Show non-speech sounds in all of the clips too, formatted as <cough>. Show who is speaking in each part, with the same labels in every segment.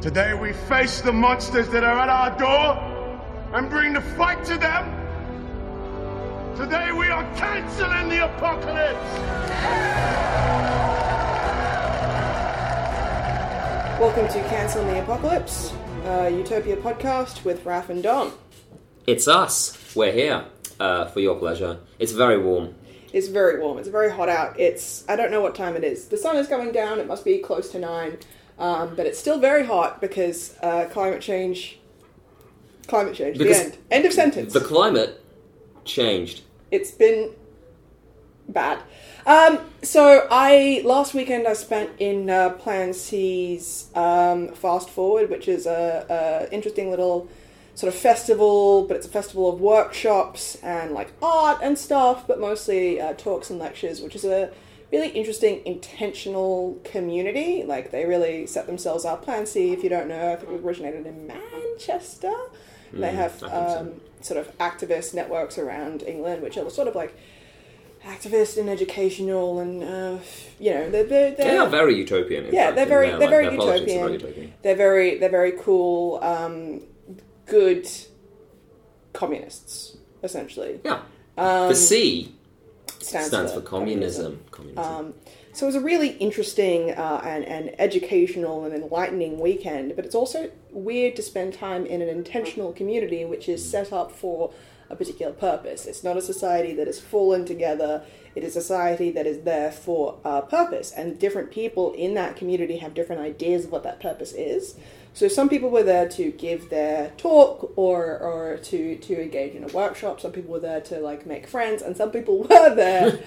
Speaker 1: Today we face the monsters that are at our door and bring the fight to them. Today we are canceling the apocalypse.
Speaker 2: Welcome to Cancel the Apocalypse, a Utopia podcast with Raf and Dom.
Speaker 3: It's us. We're here uh, for your pleasure. It's very warm.
Speaker 2: It's very warm. It's very hot out. It's I don't know what time it is. The sun is coming down. It must be close to nine, um, but it's still very hot because uh, climate change. Climate change.
Speaker 3: Because
Speaker 2: the end. End of sentence.
Speaker 3: The climate changed.
Speaker 2: it's been bad. Um, so I last weekend I spent in uh, Plan C's um, Fast Forward, which is a, a interesting little sort of festival, but it's a festival of workshops and like art and stuff, but mostly uh, talks and lectures, which is a really interesting intentional community. Like they really set themselves up. Plan C, if you don't know, I think it originated in Manchester. they have
Speaker 3: Mm, I think so.
Speaker 2: um, sort of activist networks around England, which are sort of like activist and educational and uh, you know they're, they're, they're
Speaker 3: They are very utopian. In
Speaker 2: yeah,
Speaker 3: fact,
Speaker 2: they're
Speaker 3: in
Speaker 2: very
Speaker 3: their,
Speaker 2: they're
Speaker 3: like,
Speaker 2: very
Speaker 3: their politics are
Speaker 2: utopian.
Speaker 3: very utopian.
Speaker 2: They're very they're very cool, um, good communists essentially.
Speaker 3: Yeah.
Speaker 2: Um,
Speaker 3: the C
Speaker 2: Stands,
Speaker 3: stands for communism. Communism.
Speaker 2: So it was a really interesting uh, and, and educational and enlightening weekend, but it's also weird to spend time in an intentional community which is set up for a particular purpose. It's not a society that has fallen together, it is a society that is there for a purpose, and different people in that community have different ideas of what that purpose is. So some people were there to give their talk or, or to, to engage in a workshop, some people were there to like make friends, and some people <laughs> were there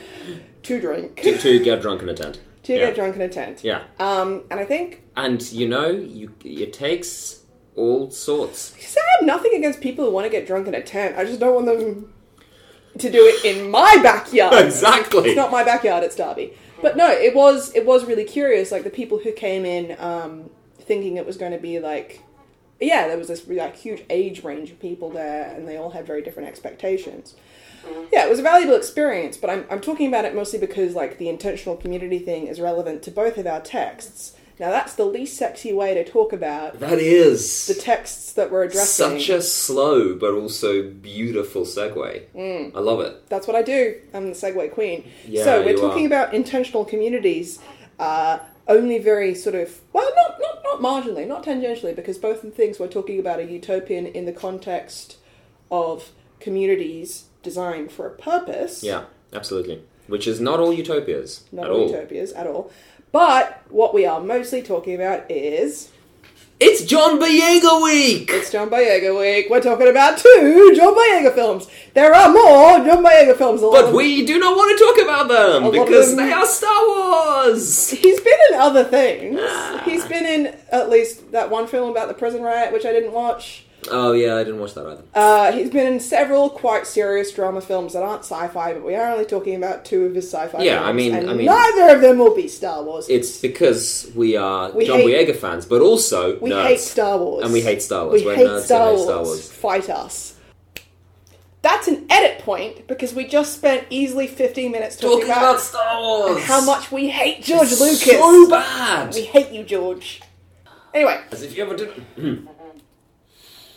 Speaker 2: to drink
Speaker 3: to, to get drunk and attend.
Speaker 2: Um, to
Speaker 3: yeah.
Speaker 2: get drunk in a tent.
Speaker 3: Yeah.
Speaker 2: Um, and I think
Speaker 3: And you know, you it takes all sorts.
Speaker 2: because I have nothing against people who want to get drunk in a tent. I just don't want them to do it in
Speaker 3: <laughs>
Speaker 2: my backyard. <laughs>
Speaker 3: Exactly.
Speaker 2: It's not my backyard. It's Derby. But no, it was it was really curious. Like the people who came in um, thinking it was going to be like, yeah, there was this like huge age range of people there, and they all had very different expectations.
Speaker 3: Mm-hmm.
Speaker 2: Yeah, it was a valuable experience, but I'm, I'm talking about it mostly because like the intentional community thing is relevant to both of our texts. Now that's the least sexy way to talk about
Speaker 3: that is
Speaker 2: the texts that we're addressing.
Speaker 3: such a slow but also beautiful segue.
Speaker 2: Mm.
Speaker 3: I love it.
Speaker 2: That's what I do. I'm the segue queen.
Speaker 3: Yeah,
Speaker 2: so we're
Speaker 3: you
Speaker 2: talking
Speaker 3: are.
Speaker 2: about intentional communities, uh, only very sort of well, not, not not marginally, not tangentially, because both the things we're talking about are utopian in the context of communities designed for a purpose.
Speaker 3: Yeah, absolutely. Which is not all utopias
Speaker 2: not
Speaker 3: at
Speaker 2: all
Speaker 3: all.
Speaker 2: utopias at all. But what we are mostly talking about is
Speaker 3: It's John Boyega week.
Speaker 2: It's John Boyega week. We're talking about two John Boyega films. There are more John Boyega films. a lot
Speaker 3: But
Speaker 2: of-
Speaker 3: we do not want to talk about them
Speaker 2: lot of
Speaker 3: because
Speaker 2: them-
Speaker 3: they are Star Wars.
Speaker 2: He's been in other
Speaker 3: <sighs>
Speaker 2: things. He's been in at least that one film about the prison riot, which I didn't watch.
Speaker 3: Oh yeah, I didn't watch that either.
Speaker 2: Uh, he's been in several quite serious drama films that aren't sci-fi, but we are only talking about two of his sci-fi.
Speaker 3: Yeah, I
Speaker 2: films,
Speaker 3: mean-
Speaker 2: and
Speaker 3: I mean-
Speaker 2: neither of them will be Star Wars.
Speaker 3: It's because we are
Speaker 2: We
Speaker 3: John
Speaker 2: hate-
Speaker 3: Boyega fans, but also
Speaker 2: we
Speaker 3: nerds.
Speaker 2: hate Star Wars,
Speaker 3: And we hate Star Wars.
Speaker 2: We
Speaker 3: We're
Speaker 2: hate
Speaker 3: nerds and
Speaker 2: Star,
Speaker 3: hate
Speaker 2: Wars.
Speaker 3: Star Wars.
Speaker 2: Fight us. That's an edit point because we just spent easily 15 minutes talking,
Speaker 3: Talking about Star Wars.
Speaker 2: how much we hate George Lucas.
Speaker 3: So bad.
Speaker 2: We hate you, George. Anyway,
Speaker 3: As if you ever did.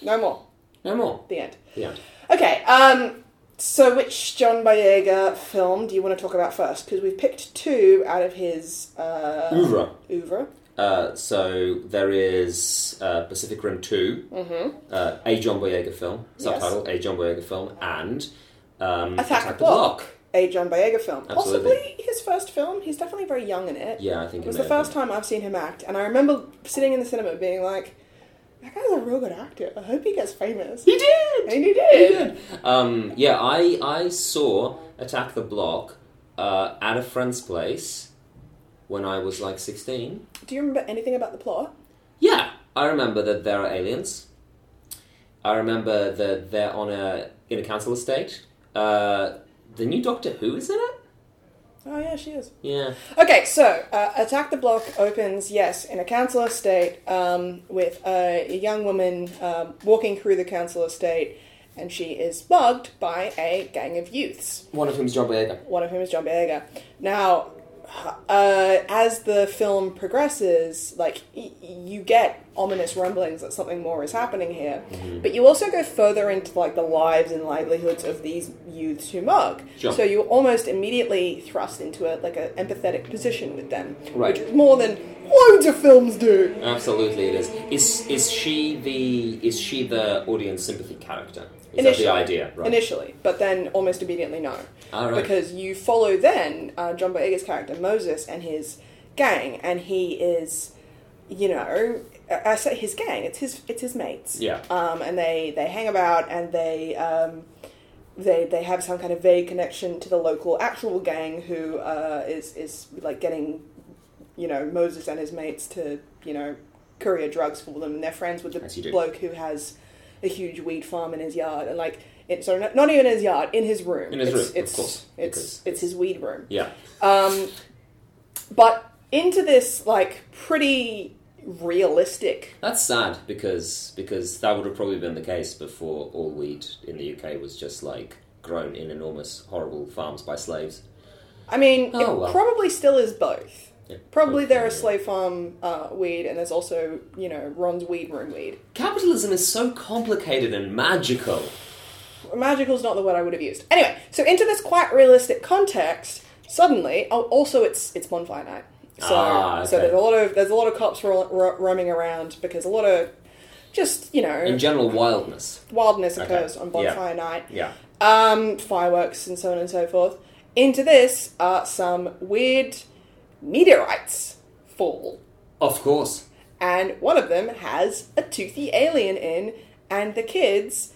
Speaker 2: no more.
Speaker 3: no more.
Speaker 2: The end.
Speaker 3: Yeah.
Speaker 2: Okay, um, so which John Boyega film do you want to talk about first? Because we've picked two out of his uh,
Speaker 3: Oeuvre.
Speaker 2: oeuvre.
Speaker 3: Uh, so there is uh, Pacific Rim 2
Speaker 2: Mm-hmm.
Speaker 3: uh, a John Boyega film, subtitle a John Boyega film, and um,
Speaker 2: Attack, the Block. A John Boyega film.
Speaker 3: Absolutely.
Speaker 2: Possibly his first film. He's definitely very young in it.
Speaker 3: Yeah, I think
Speaker 2: It was the first time I've seen him act, and I remember sitting in the cinema being like, that guy's a real good actor. I hope he gets famous.
Speaker 3: He did.
Speaker 2: And he did.
Speaker 3: Um, yeah, I I saw Attack the Block uh, at a friend's place when I was like sixteen.
Speaker 2: Do you remember anything about the plot?
Speaker 3: Yeah, I remember that there are aliens. I remember that they're on a in a council estate. Uh, the new Doctor Who is in it.
Speaker 2: Oh, yeah, she is.
Speaker 3: Yeah,
Speaker 2: Okay, so uh, Attack the Block opens, yes, in a council estate um, with a, a young woman um, walking through the council estate, and she is mugged by a gang of youths,
Speaker 3: one of whom's John Boyega.
Speaker 2: one of whom is John Boyega. Now, uh, as the film progresses, like y- you get ominous rumblings that something more is happening here,
Speaker 3: Mm-hmm.
Speaker 2: but you also go further into like the lives and livelihoods of these youths who mug.
Speaker 3: Sure.
Speaker 2: So you almost immediately thrust into a like an empathetic position with them,
Speaker 3: Right.
Speaker 2: which is more than loads of films do.
Speaker 3: Absolutely, it is. Is is she the is she the audience sympathy character? Is
Speaker 2: Initially.
Speaker 3: that the idea? Right.
Speaker 2: Initially, but then almost immediately no.
Speaker 3: Ah, right.
Speaker 2: Because you follow then uh, John Boyega's character Moses and his gang, and he is, you know, I I say his gang. It's his it's his mates.
Speaker 3: Yeah.
Speaker 2: Um, and they they hang about and they um, they they have some kind of vague connection to the local actual gang who uh, is is like getting, you know, Moses and his mates to you know courier drugs for them, and they're friends with
Speaker 3: As you
Speaker 2: the
Speaker 3: do.
Speaker 2: bloke who has a huge weed farm in his yard, and like. It, so not, not even his yard, in his room.
Speaker 3: In his
Speaker 2: it's,
Speaker 3: room, of
Speaker 2: it's,
Speaker 3: course,
Speaker 2: It's,
Speaker 3: because-
Speaker 2: it's his weed room.
Speaker 3: yeah.
Speaker 2: Um, but into this like pretty realistic
Speaker 3: That's sad because because that would have probably been the case before all weed in the UK was just like grown in enormous horrible farms by slaves.
Speaker 2: I mean,
Speaker 3: Oh,
Speaker 2: it
Speaker 3: well.
Speaker 2: probably still is both.
Speaker 3: Yeah.
Speaker 2: Probably there are
Speaker 3: Okay.
Speaker 2: slave farm uh, weed, and there's also you know Ron's weed room weed.
Speaker 3: Capitalism is so complicated and magical.
Speaker 2: Magical's not the word I would have used. Anyway, so into this quite realistic context, suddenly, oh, also it's it's bonfire night. So,
Speaker 3: Ah,
Speaker 2: so
Speaker 3: okay.
Speaker 2: there's a lot of there's a lot of cops ro- ro- roaming around because a lot of just you know
Speaker 3: In general wildness.
Speaker 2: wildness occurs
Speaker 3: Okay,
Speaker 2: on
Speaker 3: yeah.
Speaker 2: bonfire night.
Speaker 3: Yeah.
Speaker 2: um, fireworks and so on and so forth. Into this are some weird meteorites fall,
Speaker 3: Of course.
Speaker 2: and one of them has a toothy alien in, and the kids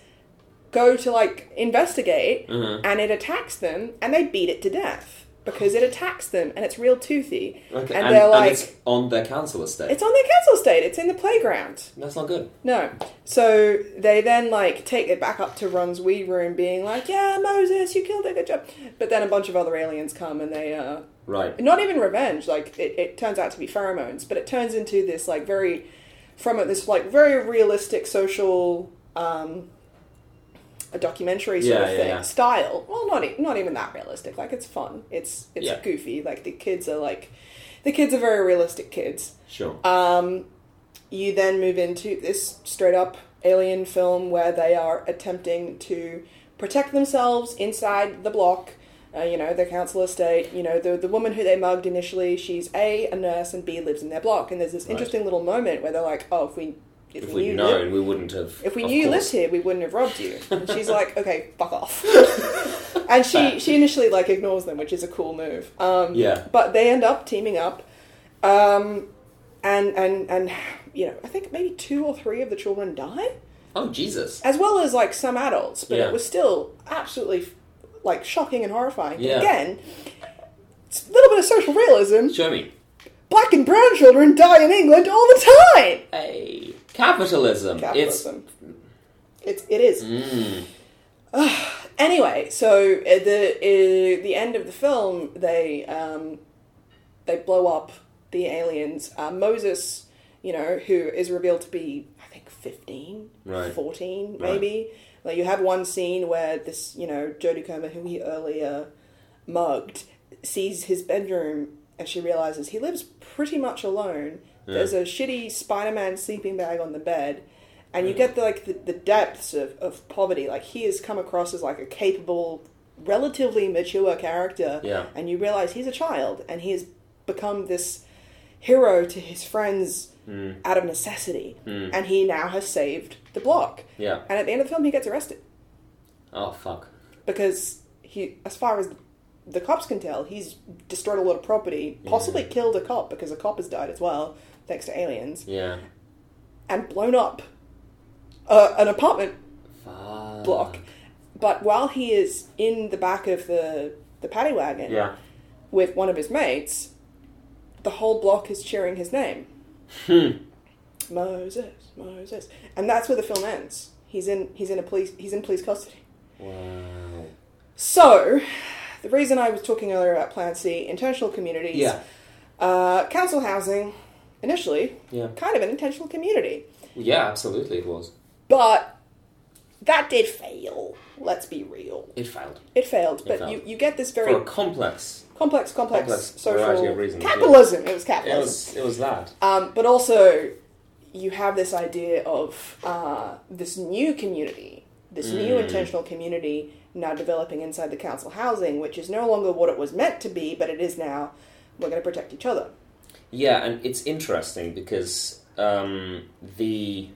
Speaker 2: go to like investigate, and it attacks them, and they beat it to death because it attacks them, and it's real toothy,
Speaker 3: Okay.
Speaker 2: and, they're like,
Speaker 3: it's
Speaker 2: it's,
Speaker 3: on their council estate.
Speaker 2: on their council estate, it's in the playground.
Speaker 3: That's not good.
Speaker 2: No. So they then like take it back up to Run's weed room, being like, "Yeah, Moses, you killed it, good job." But then a bunch of other aliens come and they uh,
Speaker 3: Right.
Speaker 2: not even revenge. Like it, it turns out to be pheromones, but it turns into this like very from it this like very realistic social. Um, a documentary sort
Speaker 3: Yeah,
Speaker 2: of
Speaker 3: yeah,
Speaker 2: thing
Speaker 3: yeah.
Speaker 2: style. Well, not e- not even that realistic. Like it's fun. It's it's
Speaker 3: Yeah.
Speaker 2: goofy. Like the kids are like, the kids are very realistic kids.
Speaker 3: Sure.
Speaker 2: Um, you then move into this straight up alien film where they are attempting to protect themselves inside the block. Uh, you know, the council estate. You know, the the woman who they mugged initially. She's a a nurse and B lives in their block. And there's this
Speaker 3: Right.
Speaker 2: interesting little moment where they're like, "Oh, if we if,
Speaker 3: if
Speaker 2: we
Speaker 3: we'd
Speaker 2: knew
Speaker 3: known,
Speaker 2: li-
Speaker 3: we wouldn't have.
Speaker 2: if we
Speaker 3: of
Speaker 2: knew you lived
Speaker 3: course.
Speaker 2: here, we wouldn't have robbed
Speaker 3: <laughs>
Speaker 2: you." And she's like, "Okay, fuck off." and she she initially like ignores them, which is a cool move. Um,
Speaker 3: Yeah.
Speaker 2: but they end up teaming up, um, and and and you know I think maybe two or three of the children die,
Speaker 3: Oh Jesus.
Speaker 2: as well as like some adults. But
Speaker 3: Yeah.
Speaker 2: it was still absolutely like shocking and horrifying.
Speaker 3: Yeah.
Speaker 2: Again, it's a little bit of social realism.
Speaker 3: Show me.
Speaker 2: Black and brown children die in England all the time.
Speaker 3: Hey. Capitalism.
Speaker 2: Capitalism. It's it is.
Speaker 3: Mm.
Speaker 2: anyway, so at the uh, the end of the film, they um, they blow up the aliens. Uh, Moses, you know, who is revealed to be I think 15,
Speaker 3: Right.
Speaker 2: 14
Speaker 3: Right.
Speaker 2: maybe. Like you have one scene where this, you know, Jodie Comer, who he earlier mugged, sees his bedroom and she realizes he lives pretty much alone. There's a shitty Spider-Man sleeping bag on the bed. And you get the, like the, the depths of, of poverty. Like he has come across as like a capable, relatively mature character.
Speaker 3: Yeah.
Speaker 2: And you realize he's a child and he has become this hero to his friends
Speaker 3: Hmm.
Speaker 2: out of necessity. And he now has saved the block.
Speaker 3: Is, Hmm. yeah.
Speaker 2: And at the end of the film, he gets arrested
Speaker 3: Oh fuck.
Speaker 2: because he, as far as the cops can tell, he's destroyed a lot of property, possibly killed a cop because a cop has died as well, thanks to aliens,
Speaker 3: Yeah.
Speaker 2: and blown up uh, an apartment
Speaker 3: Fuck.
Speaker 2: block. But while he is in the back of the the paddy wagon
Speaker 3: Yeah.
Speaker 2: with one of his mates, the whole block is cheering his name.
Speaker 3: Hmm.
Speaker 2: Moses, Moses, and that's where the film ends. He's in he's in a police he's in police custody.
Speaker 3: Wow.
Speaker 2: So, the reason I was talking earlier about Plan C, intentional communities,
Speaker 3: Yeah.
Speaker 2: uh, council housing, initially,
Speaker 3: Yeah.
Speaker 2: kind of an intentional community,
Speaker 3: Yeah. Absolutely, it was.
Speaker 2: but that did fail. Let's be real.
Speaker 3: It failed
Speaker 2: It failed, but
Speaker 3: failed.
Speaker 2: you, you get this very
Speaker 3: for a complex.
Speaker 2: complex, complex,
Speaker 3: complex variety
Speaker 2: social
Speaker 3: of reasons, yeah.
Speaker 2: capitalism. It was
Speaker 3: It
Speaker 2: capitalism.
Speaker 3: was it was that.
Speaker 2: Um, but also, you have this idea of uh, this new community, this new
Speaker 3: Mm.
Speaker 2: intentional community now developing inside the council housing, which is no longer what it was meant to be, but it is now. We're going to protect each other.
Speaker 3: Yeah, and it's interesting because um, the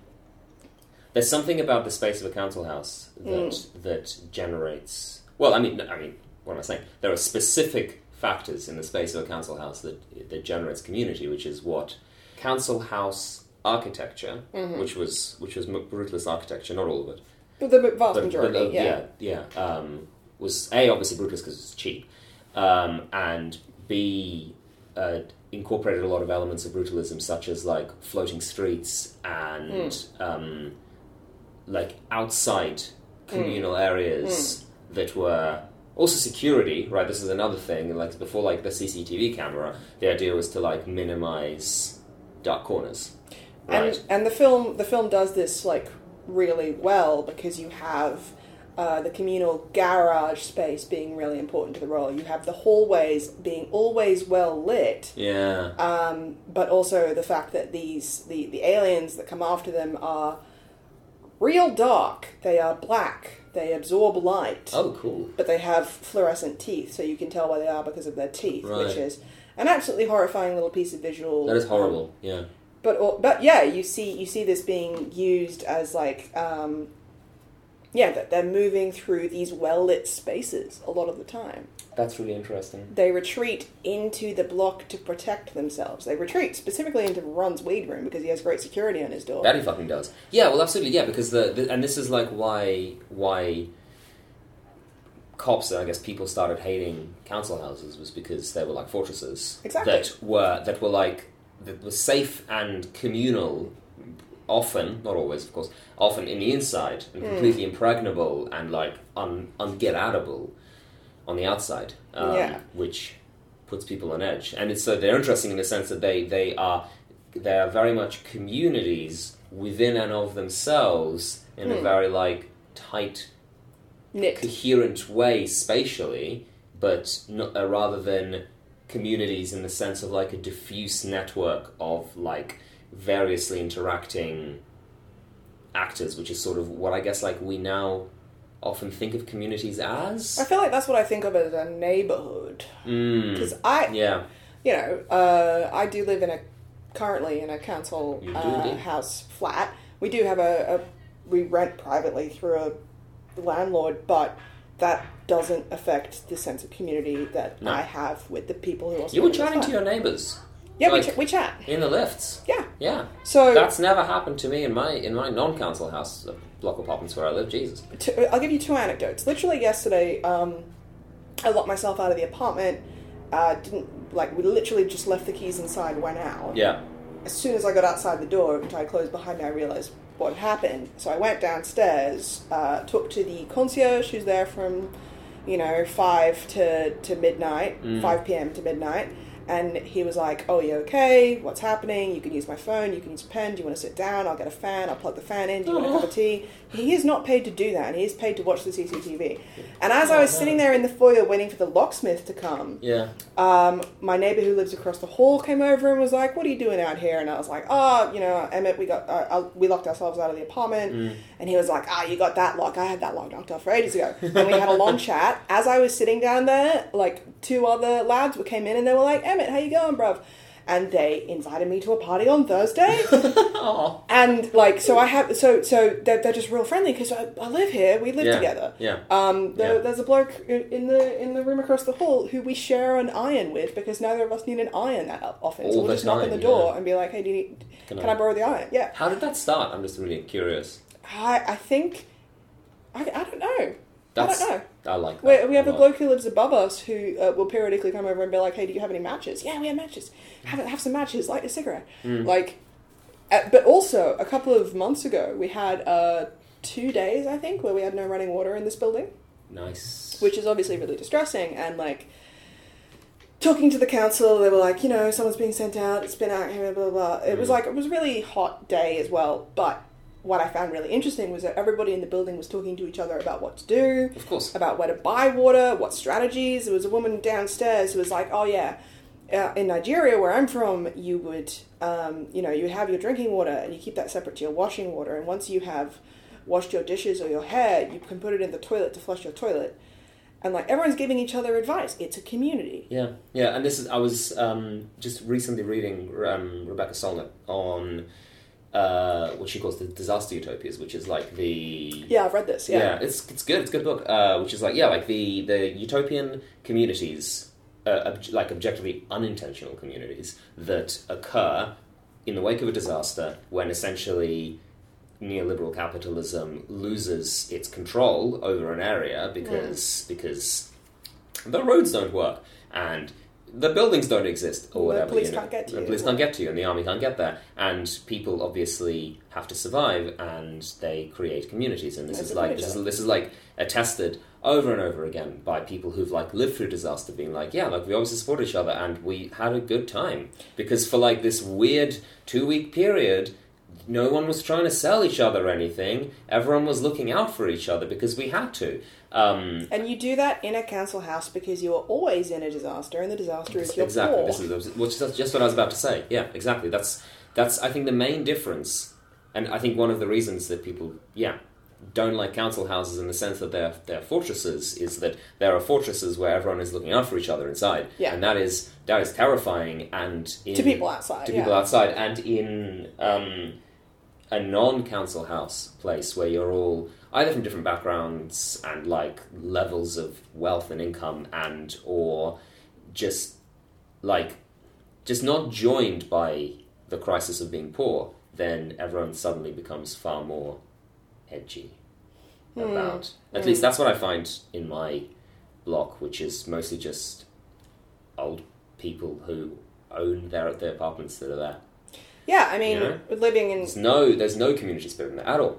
Speaker 3: there's something about the space of a council house that that generates. Well, I mean, no, I mean, what am I saying? There are specific factors in the space of a council house that that generates community, which is what council house architecture, which was which was brutalist architecture, not all of it,
Speaker 2: But the vast
Speaker 3: but,
Speaker 2: majority,
Speaker 3: but, uh,
Speaker 2: yeah.
Speaker 3: yeah, yeah, um, was a obviously brutalist because it's cheap, um, and b uh, incorporated a lot of elements of brutalism, such as like floating streets and
Speaker 2: Hmm.
Speaker 3: um, like outside
Speaker 2: Hmm.
Speaker 3: communal areas that were also security. Right, this is another thing. Like before, like the CCTV camera, the idea was to like minimize dark corners. Right.
Speaker 2: And and the film the film does this like really well because you have uh, the communal garage space being really important to the role. You have the hallways being always well lit,
Speaker 3: yeah.
Speaker 2: Uh, but also the fact that these the, the aliens that come after them are real dark. They are black. They absorb light
Speaker 3: oh, cool.
Speaker 2: but they have fluorescent teeth, so you can tell where they are because of their teeth, which
Speaker 3: Right.
Speaker 2: is an absolutely horrifying little piece of visual.
Speaker 3: That is horrible. Yeah.
Speaker 2: But or, but yeah, you see you see this being used as like um, yeah that they're moving through these well lit spaces a lot of the time.
Speaker 3: That's really interesting.
Speaker 2: They retreat into the block to protect themselves. They retreat specifically into Ron's weed room because he has great security on his door.
Speaker 3: That he fucking does. Yeah, well, absolutely. Yeah, because the, the and this is like why why cops and I guess people started hating council houses was because they were like fortresses
Speaker 2: Exactly.
Speaker 3: that were that were like that were safe and communal. Often, not always, of course. Often in the inside, and completely impregnable and like un ungetable on the outside, um,
Speaker 2: Yeah.
Speaker 3: which puts people on edge. And it's so they're interesting in the sense that they they are they are very much communities within and of themselves in a very like tight,
Speaker 2: Nick,
Speaker 3: coherent way spatially, but not, uh, rather than communities in the sense of like a diffuse network of like variously interacting actors, which is sort of what I guess like we now often think of communities
Speaker 2: I
Speaker 3: as.
Speaker 2: feel like that's what I think of as a neighborhood
Speaker 3: Mm,
Speaker 2: because I
Speaker 3: yeah.
Speaker 2: you know, uh, I do live in a currently in a council
Speaker 3: You do
Speaker 2: uh,
Speaker 3: indeed.
Speaker 2: house flat. We do have a, a we rent privately through a landlord, but that doesn't affect the sense of community that
Speaker 3: No.
Speaker 2: I have with the people who also
Speaker 3: You were
Speaker 2: live in the
Speaker 3: chatting to
Speaker 2: flat.
Speaker 3: your neighbours.
Speaker 2: yeah we,
Speaker 3: like-
Speaker 2: ch- we chat
Speaker 3: In the lifts.
Speaker 2: yeah
Speaker 3: Yeah.
Speaker 2: so
Speaker 3: That's never happened to me in my in my non council house uh, block apartments where I live. Jesus.
Speaker 2: two, I'll give you two anecdotes. Literally yesterday, um, I locked myself out of the apartment. Uh, didn't like we literally just left the keys inside, went out.
Speaker 3: Yeah.
Speaker 2: as soon as I got outside the door, which I closed behind me, I realised what had happened. So I went downstairs, uh, talked to the concierge who's there from, you know, 5 to, to midnight, 5 p.m. to midnight. And he was like, oh, you okay? What's happening? You can use my phone. You can use a pen. Do you want to sit down? I'll get a fan. I'll plug the fan in. Do you want a cup of tea? He is not paid to do that. And he is paid to watch the CCTV. And as I was sitting there in the foyer waiting for the locksmith to come,
Speaker 3: Yeah.
Speaker 2: um, my neighbor who lives across the hall came over and was like, "What are you doing out here?" And I was like, "Oh, you know, Emmett, we got uh, uh, we locked ourselves out of the apartment."
Speaker 3: Mm.
Speaker 2: And he was like, "Ah, you got that lock. I had that lock knocked off for ages ago." And we had a long chat. As I was sitting down there, like two other lads were- came in and they were like, "Emmett, how you going, bruv?" And they invited me to a party on
Speaker 3: <laughs>
Speaker 2: Thursday.
Speaker 3: Oh.
Speaker 2: and like, so I have, so so they're, they're just real friendly because I, I live here. We live
Speaker 3: Yeah.
Speaker 2: together.
Speaker 3: Yeah.
Speaker 2: Um, there,
Speaker 3: Yeah.
Speaker 2: there's a bloke in in the in the room across the hall who we share an iron with because neither of us need an iron that often.
Speaker 3: All
Speaker 2: so we'll
Speaker 3: the
Speaker 2: just knock on
Speaker 3: time,
Speaker 2: the door
Speaker 3: yeah.
Speaker 2: and be like, "Hey, do you need? Can,
Speaker 3: Can
Speaker 2: I,
Speaker 3: I-
Speaker 2: borrow the iron?" Yeah.
Speaker 3: How did that start? I'm just really curious.
Speaker 2: I I think I, I don't know.
Speaker 3: That's
Speaker 2: I don't know.
Speaker 3: I like
Speaker 2: We,
Speaker 3: that.
Speaker 2: we have a
Speaker 3: lot.
Speaker 2: bloke who lives above us who uh, will periodically come over and be like, "Hey, do you have any matches?" Yeah, we have matches. Have have some matches. Light a cigarette.
Speaker 3: Mm.
Speaker 2: Like, uh, but also a couple of months ago, we had uh, two days I think where we had no running water in this building
Speaker 3: Nice.
Speaker 2: which is obviously really distressing and like talking to the council they were like you know someone's being sent out it's been out here blah blah blah it was like it was a really hot day as well but what I found really interesting was that everybody in the building was talking to each other about what to do,
Speaker 3: Of course.
Speaker 2: about where to buy water, what strategies. There was a woman downstairs who was like, "Oh yeah, uh, in Nigeria, where I'm from, you would, um, you know, you have your drinking water and you keep that separate to your washing water. And once you have washed your dishes or your hair, you can put it in the toilet to flush your toilet." And like everyone's giving each other advice. It's a community.
Speaker 3: Yeah, yeah, and this is I was um, just recently reading um, Rebecca Solnit on uh, what she calls the disaster utopias, which is like the
Speaker 2: Yeah, I've read this.
Speaker 3: yeah,
Speaker 2: Yeah.
Speaker 3: it's it's good, it's a good book, uh, which is like yeah, like the the utopian communities, uh, ob- like objectively unintentional communities that occur in the wake of a disaster when essentially neoliberal capitalism loses its control over an area because because the roads don't work and the buildings don't exist or
Speaker 2: The
Speaker 3: whatever.
Speaker 2: police
Speaker 3: you know.
Speaker 2: can't get to
Speaker 3: The
Speaker 2: you.
Speaker 3: police can't get to you, and the army can't get there. And people obviously have to survive, and they create communities. And this
Speaker 2: That's
Speaker 3: is
Speaker 2: a
Speaker 3: like
Speaker 2: great
Speaker 3: this is
Speaker 2: job.
Speaker 3: this is like attested over and over again by people who've like lived through disaster, being like, yeah, like we obviously support each other, and we had a good time because for like this weird two week period. No one was trying to sell each other anything. Everyone was looking out for each other because we had to. Um,
Speaker 2: And you do that in a council house because you are always in a disaster, and the disaster is your
Speaker 3: exactly.
Speaker 2: poor.
Speaker 3: This is which is just what I was about to say. Yeah, exactly. That's that's I think the main difference, and I think one of the reasons that people yeah don't like council houses in the sense that they're they're fortresses is that there are fortresses where everyone is looking out for each other inside.
Speaker 2: Yeah.
Speaker 3: and that is that is terrifying and in,
Speaker 2: To people outside,
Speaker 3: To people
Speaker 2: yeah.
Speaker 3: outside, and in um, a non-council house place where you're all either from different backgrounds and like levels of wealth and income and or just like just not joined by the crisis of being poor then everyone suddenly becomes far more edgy about at least that's what i find in my block which is mostly just old people who own their their apartments that are there
Speaker 2: Yeah, I mean,
Speaker 3: Yeah.
Speaker 2: living in
Speaker 3: there's no there's no community spirit in there at all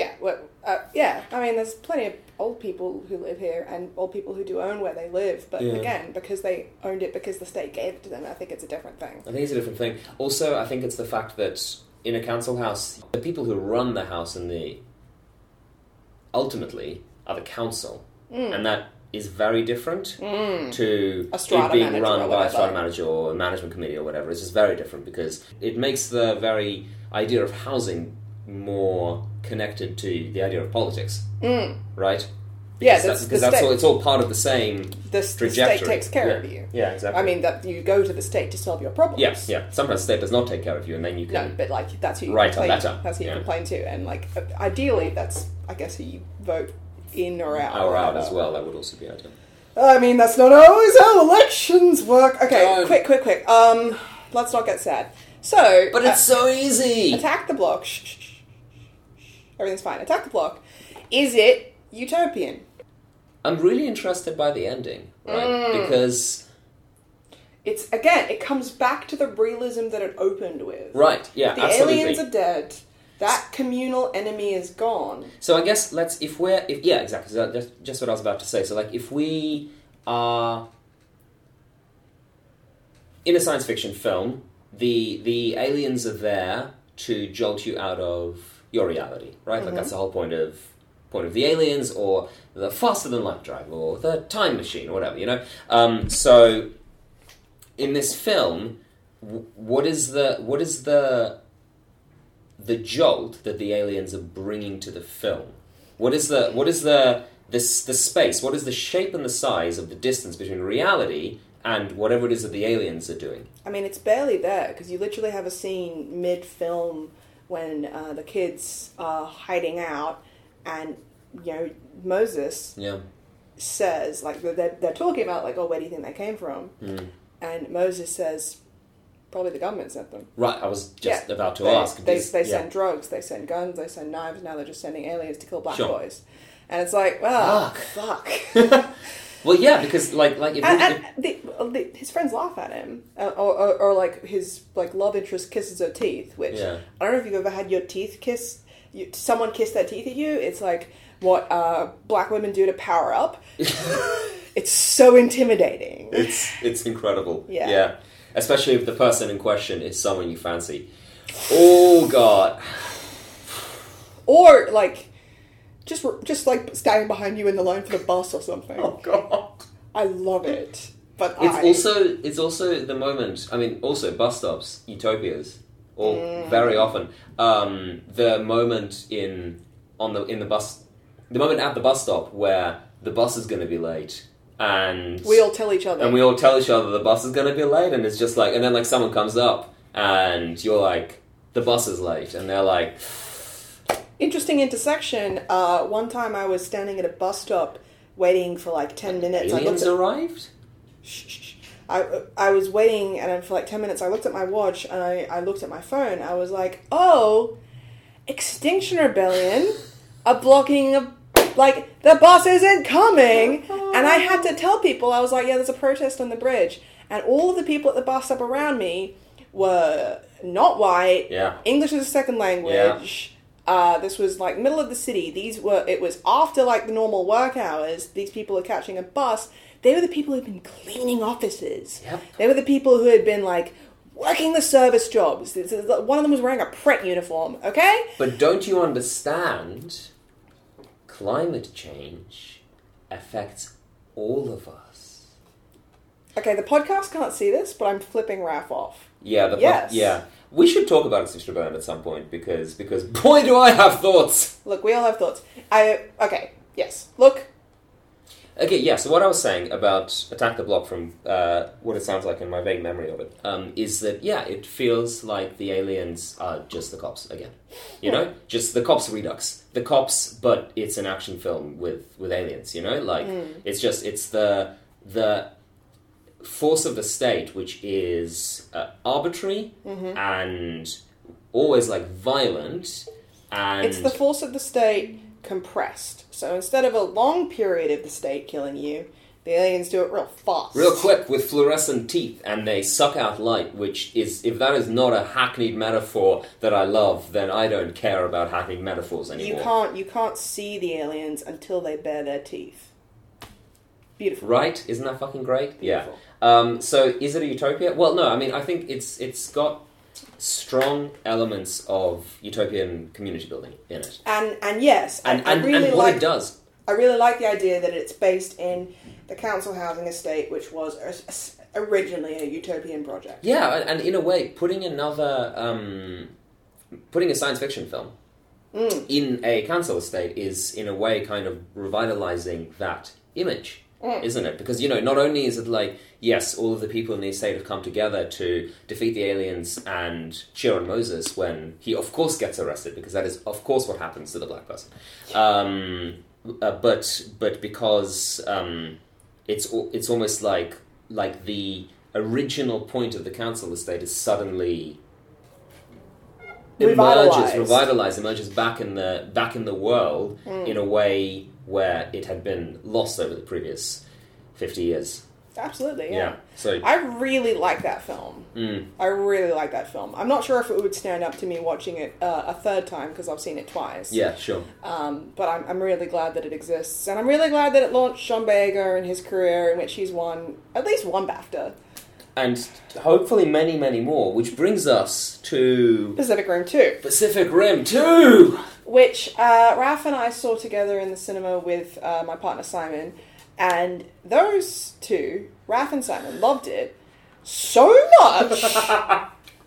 Speaker 2: yeah, well, uh, yeah. I mean, there's plenty of old people who live here and old people who do own where they live, but
Speaker 3: Yeah.
Speaker 2: again, because they owned it because the state gave it to them, I think it's a different thing.
Speaker 3: I think it's a different thing. Also, I think it's the fact that in a council house, the people who run the house and the ultimately are the council, and that is very different to
Speaker 2: Mm. A strata
Speaker 3: it being
Speaker 2: manager or
Speaker 3: run by a
Speaker 2: whatever.
Speaker 3: strata manager or a management committee or whatever. It's just very different because it makes the very idea of housing more connected to the idea of politics, right?
Speaker 2: Yeah, that's
Speaker 3: Because that-
Speaker 2: Mm. the
Speaker 3: because that's
Speaker 2: state-
Speaker 3: all. It's all part of the same
Speaker 2: The, s- the
Speaker 3: trajectory.
Speaker 2: state takes care
Speaker 3: Yeah.
Speaker 2: of you.
Speaker 3: Yeah, exactly.
Speaker 2: I mean, that you go to the state to solve your problems.
Speaker 3: Yes, yeah. Sometimes the state does not take care of you, and then you
Speaker 2: No,
Speaker 3: can.
Speaker 2: but like that's who you
Speaker 3: Write a
Speaker 2: complain.
Speaker 3: letter.
Speaker 2: That's who you
Speaker 3: Yeah.
Speaker 2: complain to, and like uh, ideally, that's I guess who you vote in or out.
Speaker 3: Our out
Speaker 2: whatever.
Speaker 3: as well. That would also be ideal.
Speaker 2: I mean, that's not always how elections work. Okay,
Speaker 3: Don't.
Speaker 2: quick, quick, quick. Um, let's not get sad. So,
Speaker 3: But
Speaker 2: uh,
Speaker 3: it's so easy.
Speaker 2: attack the block. Shh, shh, shh, shh. Everything's fine. Attack the block. Is it utopian?
Speaker 3: I'm really interested by the ending, right? Because
Speaker 2: It's again. It comes back to the realism that it opened with.
Speaker 3: right, yeah,
Speaker 2: The
Speaker 3: absolutely.
Speaker 2: aliens are dead. That communal enemy is gone.
Speaker 3: So I guess let's if we're if yeah exactly so that's just what I was about to say. So like if we are in a science fiction film, the the aliens are there to jolt you out of your reality, right? Like that's the whole point of point of the aliens or the faster than light drive or the time machine or whatever you know. Um, so in this film, w- what is the what is the the jolt that the aliens are bringing to the film. What is the what is the this the space? What is the shape and the size of the distance between reality and whatever it is that the aliens are doing?
Speaker 2: I mean, it's barely there because you literally have a scene mid film when uh, the kids are hiding out, and you know Moses
Speaker 3: Yeah,
Speaker 2: says like they're, they're talking about like oh where do you think they came from
Speaker 3: Hmm.
Speaker 2: and moses says probably the government sent them
Speaker 3: right. I was just
Speaker 2: Yeah.
Speaker 3: about to
Speaker 2: they,
Speaker 3: ask.
Speaker 2: they,
Speaker 3: Does-
Speaker 2: they
Speaker 3: yeah.
Speaker 2: send drugs they send guns they send knives now they're just sending aliens to kill black
Speaker 3: Sure.
Speaker 2: boys and it's like well fuck,
Speaker 3: <laughs> Well, yeah, because like like if we-
Speaker 2: and,
Speaker 3: if-
Speaker 2: and the, the, his friends laugh at him uh, or, or, or like his like love interest kisses her teeth which
Speaker 3: Yeah.
Speaker 2: i don't know if you've ever had your teeth kissed you, someone kiss their teeth at you it's like what uh, black women do to power
Speaker 3: <laughs>
Speaker 2: up it's so intimidating
Speaker 3: it's it's incredible.
Speaker 2: Yeah.
Speaker 3: especially if the person in question is someone you fancy. Oh God.
Speaker 2: or like just just like standing behind you in the line for the bus or something.
Speaker 3: Oh god.
Speaker 2: I love it, but
Speaker 3: It's
Speaker 2: I,
Speaker 3: also it's also the moment. I mean, also bus stops, utopias, or very often um, the moment in on the in the bus, the moment at the bus stop where the bus is going to be late, and
Speaker 2: we all tell each other.
Speaker 3: and we all tell each other the bus is going to be late, and it's just like, and then like someone comes up, and you're like, the bus is late, and they're like,
Speaker 2: Interesting intersection. Uh, one time I was standing at a bus stop waiting for like 10 minutes. I
Speaker 3: aliens
Speaker 2: looked at,
Speaker 3: arrived.
Speaker 2: shh, shh, shh. I, I was waiting and then for like 10 minutes I looked at my watch and I, I looked at my phone. I was like, oh, Extinction Rebellion are blocking a, like the bus isn't coming. And I had to tell people, I was like, yeah, there's a protest on the bridge. And all of the people at the bus stop around me were not white,
Speaker 3: Yeah.
Speaker 2: English as a second language. Uh, this was like middle of the city. These were it was after like the normal work hours. These people are catching a bus. They were the people who'd been cleaning offices.
Speaker 3: Yep.
Speaker 2: They were the people who had been like working the service jobs. This is- One of them was wearing a Pret uniform. Okay,
Speaker 3: But don't you understand? Climate change affects all of us.
Speaker 2: okay. The podcast can't see this, but I'm flipping Raph off.
Speaker 3: Yeah, the
Speaker 2: Yes.
Speaker 3: yeah. We should talk about Extinction Rebellion at some point because because boy do I have thoughts.
Speaker 2: Look, we all have thoughts. I okay. Yes. Look.
Speaker 3: Okay, yeah. So what I was saying about Attack the Block from uh, what it sounds like in my vague memory of it um, is that yeah, it feels like the aliens are just the cops again. You know,
Speaker 2: Hmm.
Speaker 3: just the cops redux, the cops, but it's an action film with with aliens. You know, like
Speaker 2: Hmm.
Speaker 3: it's just it's the the force of the state, which is uh, arbitrary
Speaker 2: Mm-hmm.
Speaker 3: and always like violent. And
Speaker 2: It's the force of the state compressed. So instead of a long period of the state killing you, the aliens do it real fast.
Speaker 3: real quick with fluorescent teeth and they suck out light which is if that is not a hackneyed metaphor that i love then i don't care about hackneyed metaphors
Speaker 2: You
Speaker 3: anymore
Speaker 2: can't you can't see the aliens until they bare their teeth. Beautiful.
Speaker 3: right isn't that fucking great
Speaker 2: Beautiful.
Speaker 3: yeah um, so is it a utopia well no i mean i think it's it's got strong elements of utopian community building in it
Speaker 2: And and yes, I-
Speaker 3: and
Speaker 2: I,
Speaker 3: and,
Speaker 2: really
Speaker 3: and what
Speaker 2: like
Speaker 3: it does
Speaker 2: I really like the idea that it's based in the council housing estate, which was o- originally a utopian project.
Speaker 3: yeah and, and in a way putting another um, putting a science fiction film in a council estate is in a way kind of revitalizing that image isn't it because you know not only is it like yes all of the people in the estate have come together to defeat the aliens and cheer on moses when he of course gets arrested because that is of course what happens to the black person um, uh, but but because um, it's al- it's almost like like the original point of the council estate is suddenly emerges,
Speaker 2: Revitalized.
Speaker 3: revitalized, emerges back in the back in the world
Speaker 2: Mm.
Speaker 3: in a way where it had been lost over the previous fifty years.
Speaker 2: Absolutely,
Speaker 3: Yeah. Mm.
Speaker 2: yeah.
Speaker 3: So
Speaker 2: I really like that film. I really like that film. I'm not sure if it would stand up to me watching it uh, a third time because I've seen it twice.
Speaker 3: yeah, sure.
Speaker 2: Um, but I'm, I'm really glad that it exists, and I'm really glad that it launched Sean Baker and his career, in which he's won at least one BAFTA.
Speaker 3: And hopefully many, many more. Which brings us to
Speaker 2: Pacific Rim 2,
Speaker 3: Pacific Rim Two.
Speaker 2: which uh, Raf and I saw together in the cinema with uh, my partner Simon, and those two, Raf and Simon, loved it so much.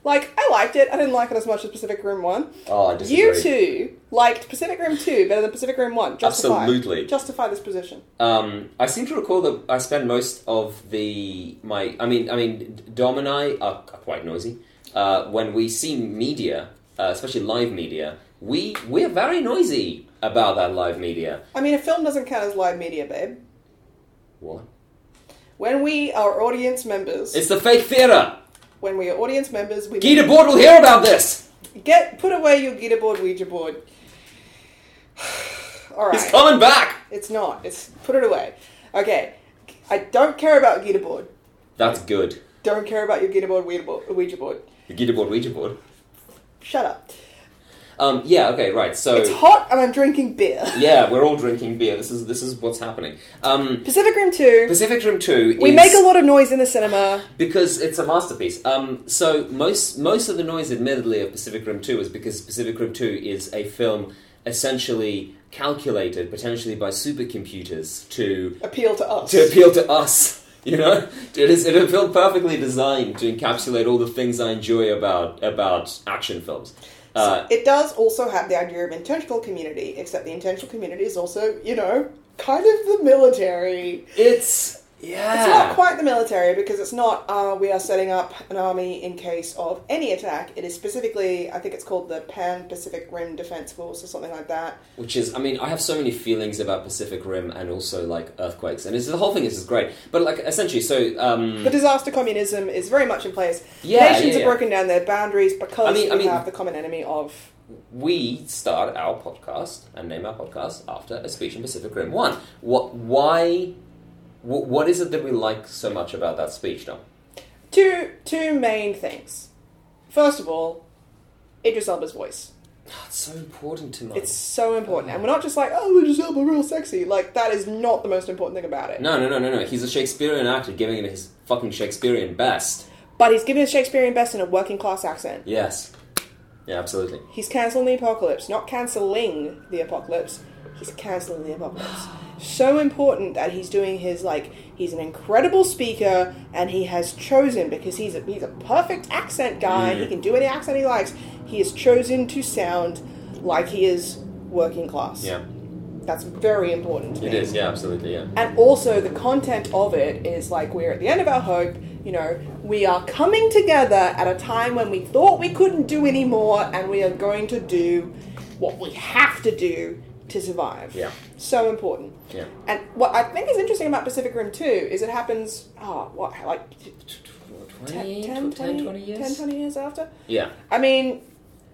Speaker 2: like I liked it. I didn't like it as much as Pacific Rim One.
Speaker 3: Oh, I disagree.
Speaker 2: You two liked Pacific Rim 2 better than Pacific Rim 1. Justify.
Speaker 3: Absolutely.
Speaker 2: Justify this position.
Speaker 3: Um, I seem to recall that I spend most of the my. I mean, I mean, Dom and I are c- quite noisy. Uh, when we see media, uh, especially live media, we we're very noisy about that live media.
Speaker 2: I mean, a film doesn't count as live media, babe.
Speaker 3: What?
Speaker 2: When we are audience members,
Speaker 3: It's the fake theater.
Speaker 2: when we are audience members, we
Speaker 3: Gita Board will hear about this.
Speaker 2: get put away your Gita board, Ouija board. <sighs> All right,
Speaker 3: He's coming back.
Speaker 2: it's not. It's put it away. Okay, I don't care about Gita board.
Speaker 3: That's good.
Speaker 2: Don't care about your Gita board, Ouija board. Ouija board.
Speaker 3: The Gita Board Ouija board.
Speaker 2: Shut up.
Speaker 3: Um, yeah. Okay. Right. So.
Speaker 2: It's hot, and I'm drinking beer.
Speaker 3: yeah, we're all drinking beer. This is this is what's happening. Um,
Speaker 2: Pacific Rim Two.
Speaker 3: Pacific Rim Two.
Speaker 2: We
Speaker 3: is-
Speaker 2: make a lot of noise in the cinema.
Speaker 3: because it's a masterpiece. Um, so most most of the noise, admittedly, of Pacific Rim Two is because Pacific Rim Two is a film essentially calculated potentially by supercomputers to
Speaker 2: Appeal to us.
Speaker 3: to appeal to us. <laughs> You know, it is it felt perfectly designed to encapsulate all the things I enjoy about about action films. Uh,
Speaker 2: it does also have the idea of intentional community, except the intentional community is also, you know, kind of the military.
Speaker 3: it's yeah,
Speaker 2: It's not quite the military because it's not, uh, we are setting up an army in case of any attack. It is specifically, I think it's called the Pan Pacific Rim Defense Force or something like that.
Speaker 3: which is I mean I have so many feelings about Pacific Rim and also like earthquakes and it's, the whole thing is just great. But like essentially, so um,
Speaker 2: But disaster communism is very much in place.
Speaker 3: Yeah,
Speaker 2: Nations
Speaker 3: yeah,
Speaker 2: have
Speaker 3: yeah.
Speaker 2: broken down their boundaries because
Speaker 3: I mean-
Speaker 2: we
Speaker 3: I mean-
Speaker 2: have the common enemy of.
Speaker 3: we start our podcast and name our podcast after a speech in Pacific Rim One. What why? What, what is it that we like so much about that speech, Dom?
Speaker 2: Two, two main things. First of all, Idris Elba's voice.
Speaker 3: That's so important to me.
Speaker 2: It's so important. And we're not just like, oh, we're just Elba real sexy. Like, that is not the most important thing about it.
Speaker 3: No, no, no, no, no. He's a Shakespearean actor giving it his fucking Shakespearean best.
Speaker 2: But he's giving his Shakespearean best in a working class accent.
Speaker 3: Yes. Yeah, absolutely.
Speaker 2: He's cancelling the apocalypse, not cancelling the apocalypse. He's cancelling the
Speaker 3: <sighs>
Speaker 2: apocalypse. So important that he's doing his like he's an incredible speaker and he has chosen because he's a he's a perfect accent guy. He can do any accent he likes. He has chosen to sound like he is working class.
Speaker 3: Yeah,
Speaker 2: That's very important to
Speaker 3: it
Speaker 2: me.
Speaker 3: is. Yeah, absolutely. Yeah.
Speaker 2: And also, the content of it is like we're at the end of our hope. You know, we are coming together at a time when we thought we couldn't do anymore, and we are going to do what we have to do to survive.
Speaker 3: Yeah.
Speaker 2: So important.
Speaker 3: Yeah.
Speaker 2: And what I think is interesting about Pacific Rim 2 is it happens, oh, what, like 10, 10, 20, 10, 20 years after?
Speaker 3: Yeah.
Speaker 2: I mean,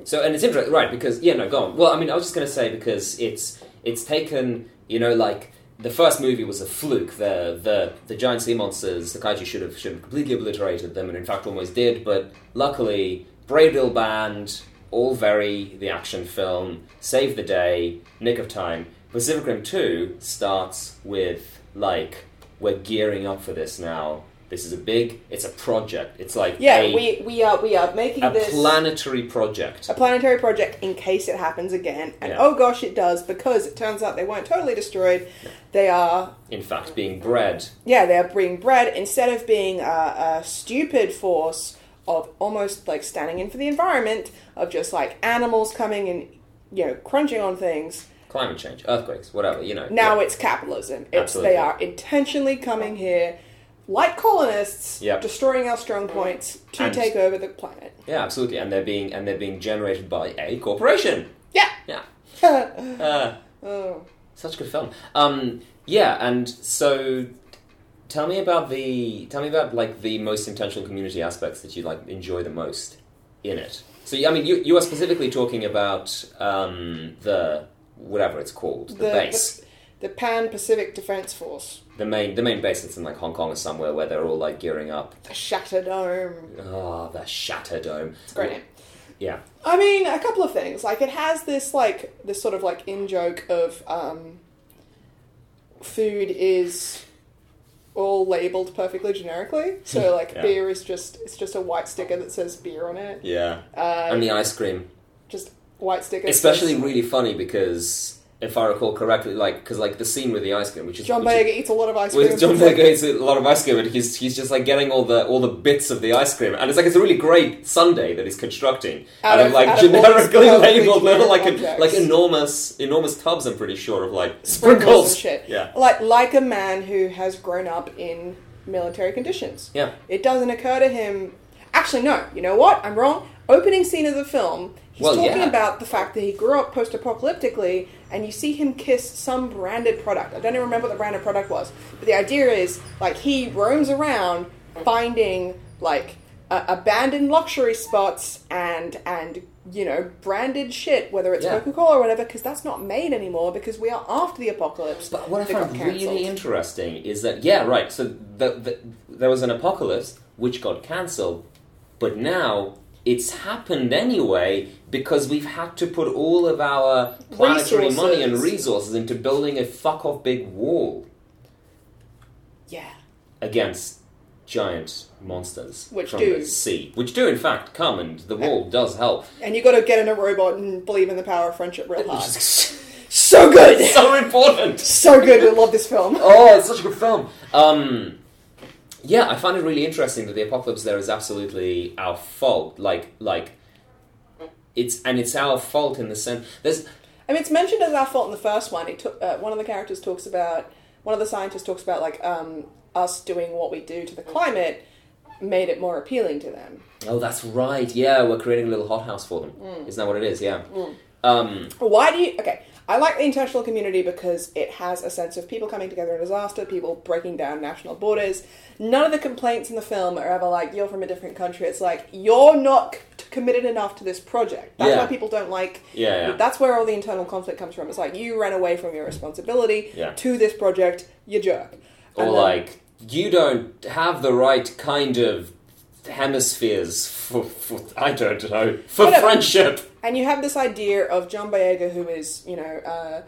Speaker 3: So, and it's interesting, right? Because yeah, no, go on. Well, I mean, I was just gonna say because it's it's taken, you know, like the first movie was a fluke. The the the giant sea monsters, the kaiju should have should have completely obliterated them, and in fact almost did. But luckily, Brave Little Band, all very the action film, save the day, nick of time. Pacific Rim Two starts with like we're gearing up for this now. This is a big. It's a project. It's like
Speaker 2: yeah,
Speaker 3: a,
Speaker 2: we, we are we are making
Speaker 3: a
Speaker 2: this.
Speaker 3: planetary project.
Speaker 2: a planetary project in case it happens again. And
Speaker 3: Yeah.
Speaker 2: oh gosh, it does because it turns out they weren't totally destroyed. They are,
Speaker 3: in fact being bred.
Speaker 2: yeah, they are being bred instead of being a, a stupid force of almost like standing in for the environment of just like animals coming and you know crunching on things.
Speaker 3: Climate change, earthquakes, whatever, you know.
Speaker 2: Now
Speaker 3: yeah.
Speaker 2: it's capitalism. It's
Speaker 3: Absolutely.
Speaker 2: they are intentionally coming here. Like colonists,
Speaker 3: Yep.
Speaker 2: destroying our strong points to
Speaker 3: And-
Speaker 2: take over the planet.
Speaker 3: Yeah, absolutely. And they're being and they're being generated by a corporation.
Speaker 2: Yeah. <laughs>
Speaker 3: Yeah. Uh,
Speaker 2: oh.
Speaker 3: such a good film. Um yeah, and so tell me about the tell me about like the most intentional community aspects that you like enjoy the most in it. So yeah, I mean you you are specifically talking about um the whatever it's called, the, base.
Speaker 2: the Pan Pacific Defense Force.
Speaker 3: the main the main base that's in like Hong Kong or somewhere where they're all like gearing up.
Speaker 2: The Shatter Dome.
Speaker 3: Ah, the Shatter Dome. It's
Speaker 2: Great name.
Speaker 3: Yeah.
Speaker 2: I mean, a couple of things. Like, it has this, like, this sort of, like, in joke of um, food is all labeled perfectly generically.
Speaker 3: <laughs>
Speaker 2: So, like,
Speaker 3: Yeah.
Speaker 2: beer is just, it's just a white sticker that says beer on it.
Speaker 3: Yeah.
Speaker 2: Uh,
Speaker 3: and the ice cream,
Speaker 2: Just white sticker.
Speaker 3: especially really funny because if I recall correctly, like because like the scene with the ice cream, which is
Speaker 2: John
Speaker 3: which is-
Speaker 2: Boyega eats a lot of ice cream.
Speaker 3: With John
Speaker 2: <laughs>
Speaker 3: Boyega eats a lot of ice cream, and he's he's just like getting all the all the bits of the ice cream, and it's like it's a really great sundae that he's constructing
Speaker 2: Out
Speaker 3: out of
Speaker 2: of-
Speaker 3: like
Speaker 2: out of all these
Speaker 3: generically
Speaker 2: perfectly
Speaker 3: labeled little
Speaker 2: generic
Speaker 3: <laughs> like
Speaker 2: objects.
Speaker 3: like enormous enormous tubs. I'm pretty sure of like
Speaker 2: sprinkles
Speaker 3: sprinkles.
Speaker 2: and shit.
Speaker 3: Yeah,
Speaker 2: Like, like a man who has grown up in military conditions.
Speaker 3: yeah.
Speaker 2: It doesn't occur to him. Actually, no. You know what? I'm wrong. Opening scene of the film, he's
Speaker 3: Well,
Speaker 2: talking
Speaker 3: yeah.
Speaker 2: about the fact that he grew up post-apocalyptically, and you see him kiss some branded product. I don't even remember what the branded product was, but the idea is like he roams around finding like uh, abandoned luxury spots and and you know branded shit, whether it's
Speaker 3: Yeah.
Speaker 2: Coca-Cola or whatever, because that's not made anymore because we are after the apocalypse.
Speaker 3: But what I
Speaker 2: that got
Speaker 3: found
Speaker 2: cancelled.
Speaker 3: really interesting is that yeah, right. So the, the, there was an apocalypse which got cancelled, but now it's happened anyway because we've had to put all of our planetary money and
Speaker 2: Resources.
Speaker 3: resources into building a fuck off big wall
Speaker 2: yeah.
Speaker 3: against giant monsters
Speaker 2: Which
Speaker 3: from
Speaker 2: do. Uh,
Speaker 3: the sea, which do in fact come, and the wall does
Speaker 2: <laughs>
Speaker 3: help.
Speaker 2: And you got to get in a robot and believe in the power of friendship real hard.
Speaker 3: Which is
Speaker 2: So good, <laughs>
Speaker 3: so important.
Speaker 2: so good. I love this
Speaker 3: <laughs>
Speaker 2: film.
Speaker 3: Oh, it's such a good film. Um, yeah, I find it really interesting that the apocalypse there is absolutely our fault. Like, like it's and it's our fault in the sense there's
Speaker 2: I mean, it's mentioned as our fault in the first one. It took uh, one of the characters talks about one of the scientists talks about like um, us doing what we do to the climate made it more appealing to them.
Speaker 3: oh that's right yeah we're creating a little hothouse for them
Speaker 2: Mm.
Speaker 3: isn't that what it is yeah um
Speaker 2: Why do you? Okay, I like the international community because it has a sense of people coming together in disaster, people breaking down national borders. None of the complaints in the film are ever like you're from a different country. It's like you're not c- committed enough to this project. That's
Speaker 3: Yeah.
Speaker 2: why people don't like.
Speaker 3: Yeah, yeah.
Speaker 2: That's where all the internal conflict comes from. It's like you ran away from your responsibility
Speaker 3: Yeah.
Speaker 2: to this project. You jerk.
Speaker 3: or
Speaker 2: And then-
Speaker 3: like you don't have the right kind of hemispheres for, for I don't know for
Speaker 2: Whatever.
Speaker 3: friendship
Speaker 2: And you have this idea of John Boyega, who is, you know, uh,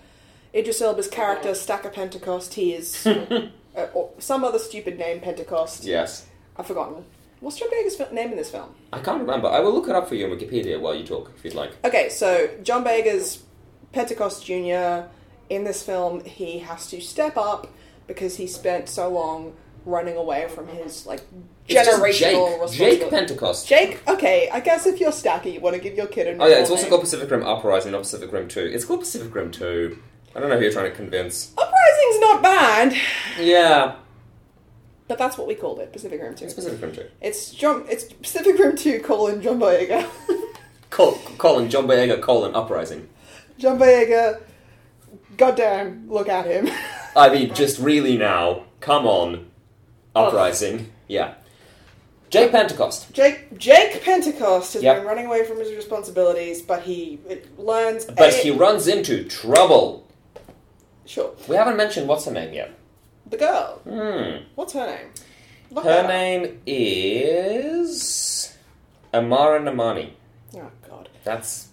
Speaker 2: Idris Elba's character, Stack of Pentecost. He
Speaker 3: <laughs>
Speaker 2: is uh, or some other stupid name, Pentecost.
Speaker 3: yes
Speaker 2: I've forgotten. What's John Boyega's fi- name in this film?
Speaker 3: I can't remember I will look it up for you on Wikipedia while you talk if you'd like
Speaker 2: Okay, so John Boyega's Pentecost Jr. in this film, he has to step up because he spent so long running away from his, like,
Speaker 3: It's just
Speaker 2: generational
Speaker 3: Jake, Jake
Speaker 2: responsibility.
Speaker 3: Pentecost
Speaker 2: Jake, okay, I guess if you're Stacky, you want to give your kid a
Speaker 3: Oh yeah, it's
Speaker 2: normal
Speaker 3: also
Speaker 2: name.
Speaker 3: called Pacific Rim Uprising, not Pacific Rim Two. It's called Pacific Rim Two. I don't know who you're trying to convince.
Speaker 2: Uprising's not bad,
Speaker 3: Yeah,
Speaker 2: but that's what we called it, Pacific Rim 2.
Speaker 3: it's Pacific Rim Two.
Speaker 2: It's John. It's Pacific Rim Two: colon John Boyega. <laughs>
Speaker 3: Col- Colin John Boyega Colin Uprising.
Speaker 2: John Boyega. Goddamn! Look at him. <laughs>
Speaker 3: I mean, just really now, come on, Uprising. Yeah, Jake Pentecost.
Speaker 2: Jake Jake Pentecost has
Speaker 3: Yep.
Speaker 2: been running away from his responsibilities, but he it learns.
Speaker 3: But
Speaker 2: A-
Speaker 3: he runs into trouble.
Speaker 2: sure
Speaker 3: We haven't mentioned what's her name yet.
Speaker 2: the girl.
Speaker 3: Hmm.
Speaker 2: What's her name? Look that
Speaker 3: Her
Speaker 2: up.
Speaker 3: name is Amara Namani.
Speaker 2: Oh God,
Speaker 3: That's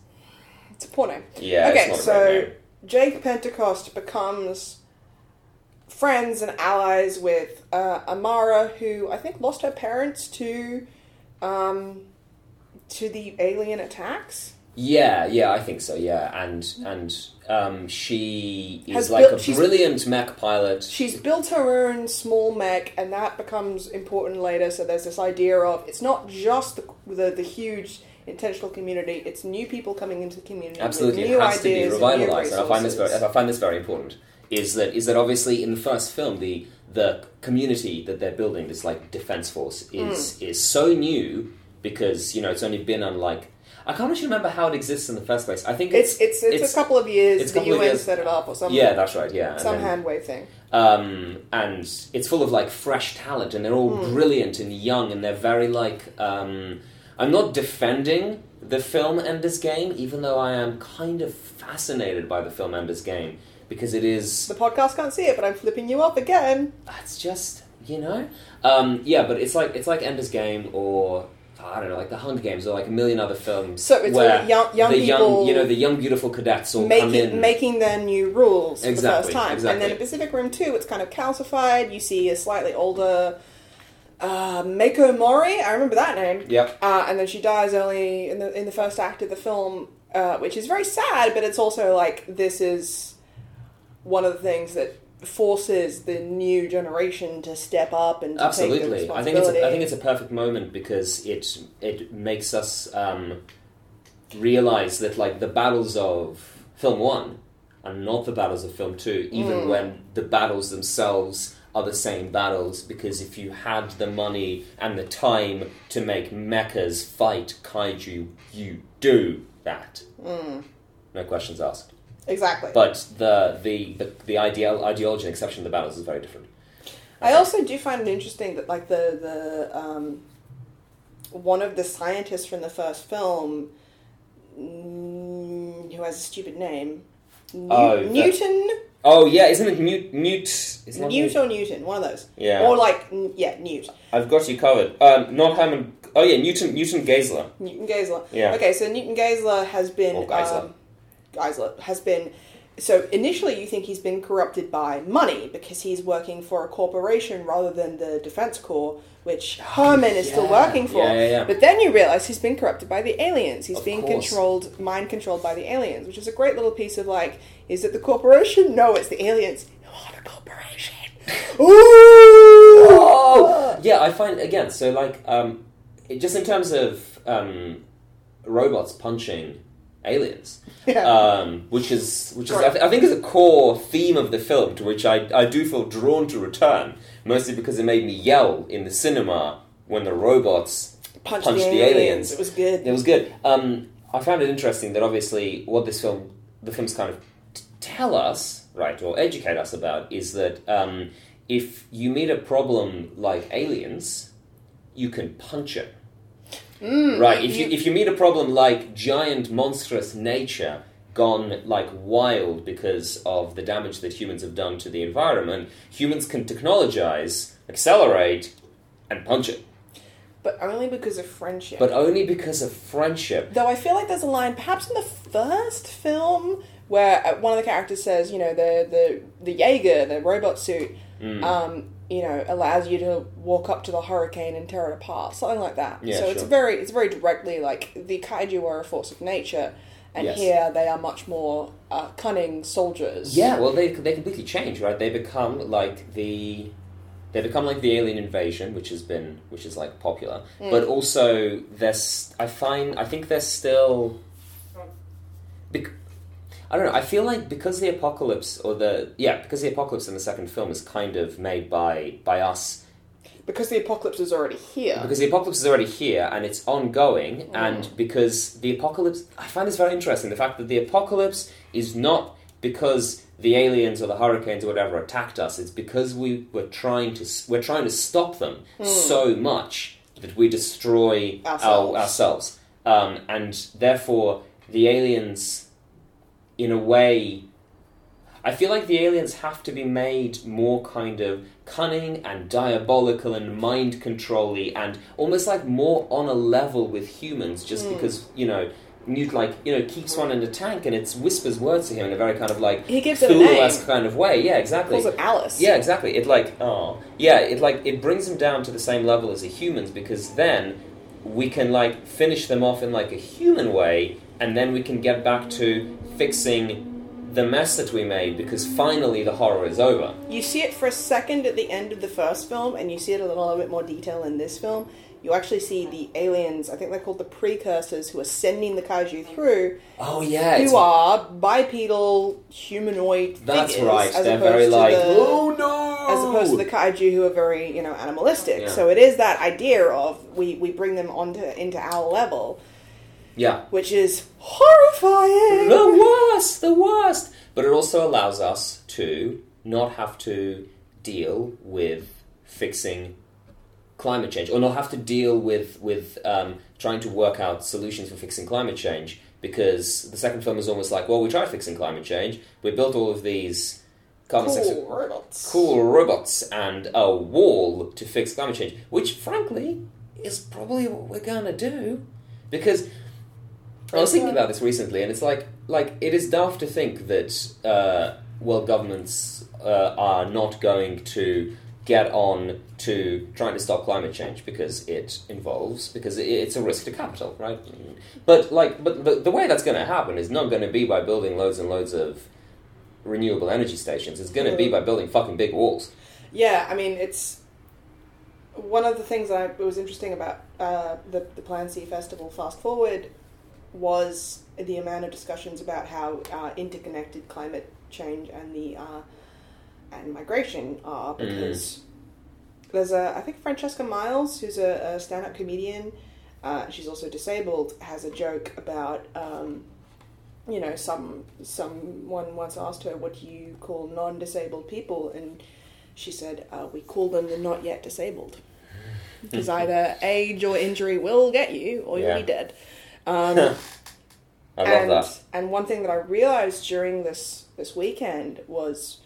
Speaker 2: it's a poor name.
Speaker 3: yeah.
Speaker 2: okay,
Speaker 3: it's not a
Speaker 2: so
Speaker 3: great name.
Speaker 2: Jake Pentecost becomes friends and allies with uh, Amara, who I think lost her parents to um, to the alien attacks.
Speaker 3: Yeah, yeah, I think so. Yeah, and and um, she is
Speaker 2: Has
Speaker 3: like
Speaker 2: built-
Speaker 3: a
Speaker 2: she's-
Speaker 3: brilliant mech pilot.
Speaker 2: She's built her own small mech, and that becomes important later. So there's this idea of it's not just the the, the huge intentional community; it's new people coming into the community. with
Speaker 3: Absolutely,
Speaker 2: new
Speaker 3: it has to be
Speaker 2: ideas and new
Speaker 3: revitalized, and I find this very,
Speaker 2: resources.
Speaker 3: I find this very important. Is that is that obviously in the first film the the community that they're building this like defense force
Speaker 2: Hmm.
Speaker 3: is is so new because you know it's only been on like I can't actually remember how it exists in the first place. I think
Speaker 2: It's it's, it's a couple of years.
Speaker 3: it's a
Speaker 2: the
Speaker 3: couple of
Speaker 2: UN
Speaker 3: years.
Speaker 2: set it up or something.
Speaker 3: yeah, that's right. Yeah, and
Speaker 2: some
Speaker 3: then-
Speaker 2: hand wave thing.
Speaker 3: um, and it's full of like fresh talent, and they're all
Speaker 2: Hmm.
Speaker 3: brilliant and young, and they're very like. Um, I'm not defending the film and this game, even though I am kind of fascinated by the film and this game because it is.
Speaker 2: The podcast can't see it, but I'm flipping you up again.
Speaker 3: It's just you know, um, yeah, but it's like it's like Ender's Game or. I don't know, like the Hunger Games or like a million other films.
Speaker 2: So it's
Speaker 3: where
Speaker 2: all young- young
Speaker 3: the
Speaker 2: people
Speaker 3: young, you know, the young beautiful cadets all come
Speaker 2: Making
Speaker 3: in.
Speaker 2: making their new rules for the first
Speaker 3: Exactly,
Speaker 2: time, and
Speaker 3: exactly.
Speaker 2: then in Pacific Rim Two, it's kind of calcified. You see a slightly older uh, Mako Mori. I remember that name.
Speaker 3: Yep.
Speaker 2: Uh, and then she dies early in the in the first act of the film, uh, which is very sad. But it's also like this is one of the things that forces the new generation to step up and to Take the
Speaker 3: Absolutely, I think it's a, I
Speaker 2: responsibility.
Speaker 3: think it's a perfect moment because it it makes us um, realize that like the battles of film one are not the battles of film two, even
Speaker 2: Mm.
Speaker 3: when the battles themselves are the same battles. Because if you had the money and the time to make mechas fight kaiju, you do that.
Speaker 2: Mm.
Speaker 3: No questions asked.
Speaker 2: exactly.
Speaker 3: But the the the, the ideal ideology and exception of the battles is very different.
Speaker 2: I also do find it interesting that like the the um, one of the scientists from the first film, mm, who has a stupid name, New-
Speaker 3: Oh, that-
Speaker 2: Newton,
Speaker 3: Oh yeah, isn't it mute mute? It's not
Speaker 2: Newt or Newton, one of those.
Speaker 3: Yeah.
Speaker 2: Or like n- yeah, Newt,
Speaker 3: I've got you covered. Um, not Herman. Oh yeah, Newton Newton Gaisler.
Speaker 2: Newton Gaisler.
Speaker 3: Yeah.
Speaker 2: Okay, so Newton Gaisler has been
Speaker 3: Or Geisler.
Speaker 2: um, Geisler has been so initially you think he's been corrupted by money because he's working for a corporation rather than the defense corps which herman is still
Speaker 3: Yeah.
Speaker 2: working for
Speaker 3: Yeah, yeah, yeah.
Speaker 2: but then you realize he's been corrupted by the aliens he's
Speaker 3: Of
Speaker 2: being
Speaker 3: course.
Speaker 2: controlled mind controlled by the aliens which is a great little piece of like is it the corporation no it's the aliens no I'm a corporation Ooh!
Speaker 3: Oh! Yeah, I find again. So like, um, it, just in terms of um, robots punching aliens,
Speaker 2: Yeah.
Speaker 3: um, which is which is I,
Speaker 2: Correct.
Speaker 3: th- I think is a core theme of the film to which I I do feel drawn to return mostly because it made me yell in the cinema when the robots
Speaker 2: Punch
Speaker 3: punched the aliens.
Speaker 2: it was good
Speaker 3: It was good. Um, I found it interesting that obviously what this film, the films kind of t- tell us, right, or educate us about, is that um, if you meet a problem like aliens, you can punch it. right. If you,
Speaker 2: you-
Speaker 3: if you meet a problem like giant monstrous nature gone like wild because of the damage that humans have done to the environment, humans can technologize, accelerate, and punch it.
Speaker 2: but only because of friendship
Speaker 3: But only because of friendship.
Speaker 2: Though I feel like there's a line, perhaps in the first film, where uh, one of the characters says, you know, the the the Jaeger, the robot suit,
Speaker 3: Hmm.
Speaker 2: um, you know, allows you to walk up to the hurricane and tear it apart, something like that.
Speaker 3: Yeah,
Speaker 2: so it's
Speaker 3: sure.
Speaker 2: very it's very directly like the kaiju are a force of nature, and
Speaker 3: Yes.
Speaker 2: here they are much more uh, cunning soldiers.
Speaker 3: Yeah, well, they they completely change, right? They become like the they become like the alien invasion, which has been which is like popular, but also there's I find I think they're still. Bec- I don't know. I feel like because the apocalypse, or the yeah, because the apocalypse in the second film is kind of made by by us
Speaker 2: because the apocalypse is already here.
Speaker 3: because the apocalypse is already here and it's ongoing and because the apocalypse i find this very interesting the fact that the apocalypse is not because the aliens or the hurricanes or whatever attacked us it's because we were trying to s- we're trying to stop them so much that we destroy
Speaker 2: Ourselves.
Speaker 3: Our, ourselves um, and therefore the aliens in a way I feel like the aliens have to be made more kind of cunning and diabolical and mind controlly and almost like more on a level with humans
Speaker 2: Hmm.
Speaker 3: just because, you know, Newt like, you know, keeps one in a tank and it whispers words to him in a very kind of like
Speaker 2: He gives it a
Speaker 3: Cthulhu-esque
Speaker 2: name.
Speaker 3: kind of way. Yeah, exactly.
Speaker 2: calls it Alice.
Speaker 3: Yeah, exactly. It like oh yeah, it like it brings them down to the same level as the humans because then we can like finish them off in like a human way, and then we can get back to fixing the mess that we made because finally the horror is over.
Speaker 2: You see it for a second at the end of the first film, and you see it in a little bit more detail in this film. You actually see the aliens, I think they're called the precursors, who are sending the kaiju through,
Speaker 3: Oh yeah, it's-
Speaker 2: who are bipedal humanoid
Speaker 3: that's
Speaker 2: figures,
Speaker 3: right.
Speaker 2: as
Speaker 3: They're
Speaker 2: opposed
Speaker 3: very
Speaker 2: to
Speaker 3: like
Speaker 2: the,
Speaker 3: oh no,
Speaker 2: as opposed to the kaiju who are very, you know, animalistic.
Speaker 3: Yeah.
Speaker 2: So it is that idea of we, we bring them onto into our level,
Speaker 3: yeah.
Speaker 2: which is horrifying.
Speaker 3: the worst, the worst. But it also allows us to not have to deal with fixing climate change, or not have to deal with with um, trying to work out solutions for fixing climate change. Because the second film is almost like, well, we tried fixing climate change. We built all of these carbon sex-
Speaker 2: Cool robots.
Speaker 3: cool robots and a wall to fix climate change, which frankly is probably what we're gonna do. Because I was thinking about this recently, and it's like like it is daft to think that uh, world governments uh, are not going to get on to trying to stop climate change because it involves because i- it's a risk to capital, right? But like, but the, the way that's going to happen is not going to be by building loads and loads of renewable energy stations. It's going to be by building fucking big walls.
Speaker 2: Yeah, I mean, it's one of the things I it was interesting about uh, the the Plan C Festival. Fast forward was the amount of discussions about how uh, interconnected climate change and the uh, and migration are because there's a I think Francesca Miles who's a, a stand up comedian. Uh, she's also disabled. Has a joke about. Um, you know, some someone once asked her, "What do you call non-disabled people?" and she said, uh, "We call them the not yet
Speaker 3: <laughs>
Speaker 2: disabled, because either age or injury will get you, or you'll
Speaker 3: Yeah.
Speaker 2: be dead."
Speaker 3: <laughs> I love
Speaker 2: and
Speaker 3: that.
Speaker 2: and one thing that I realized during this this weekend was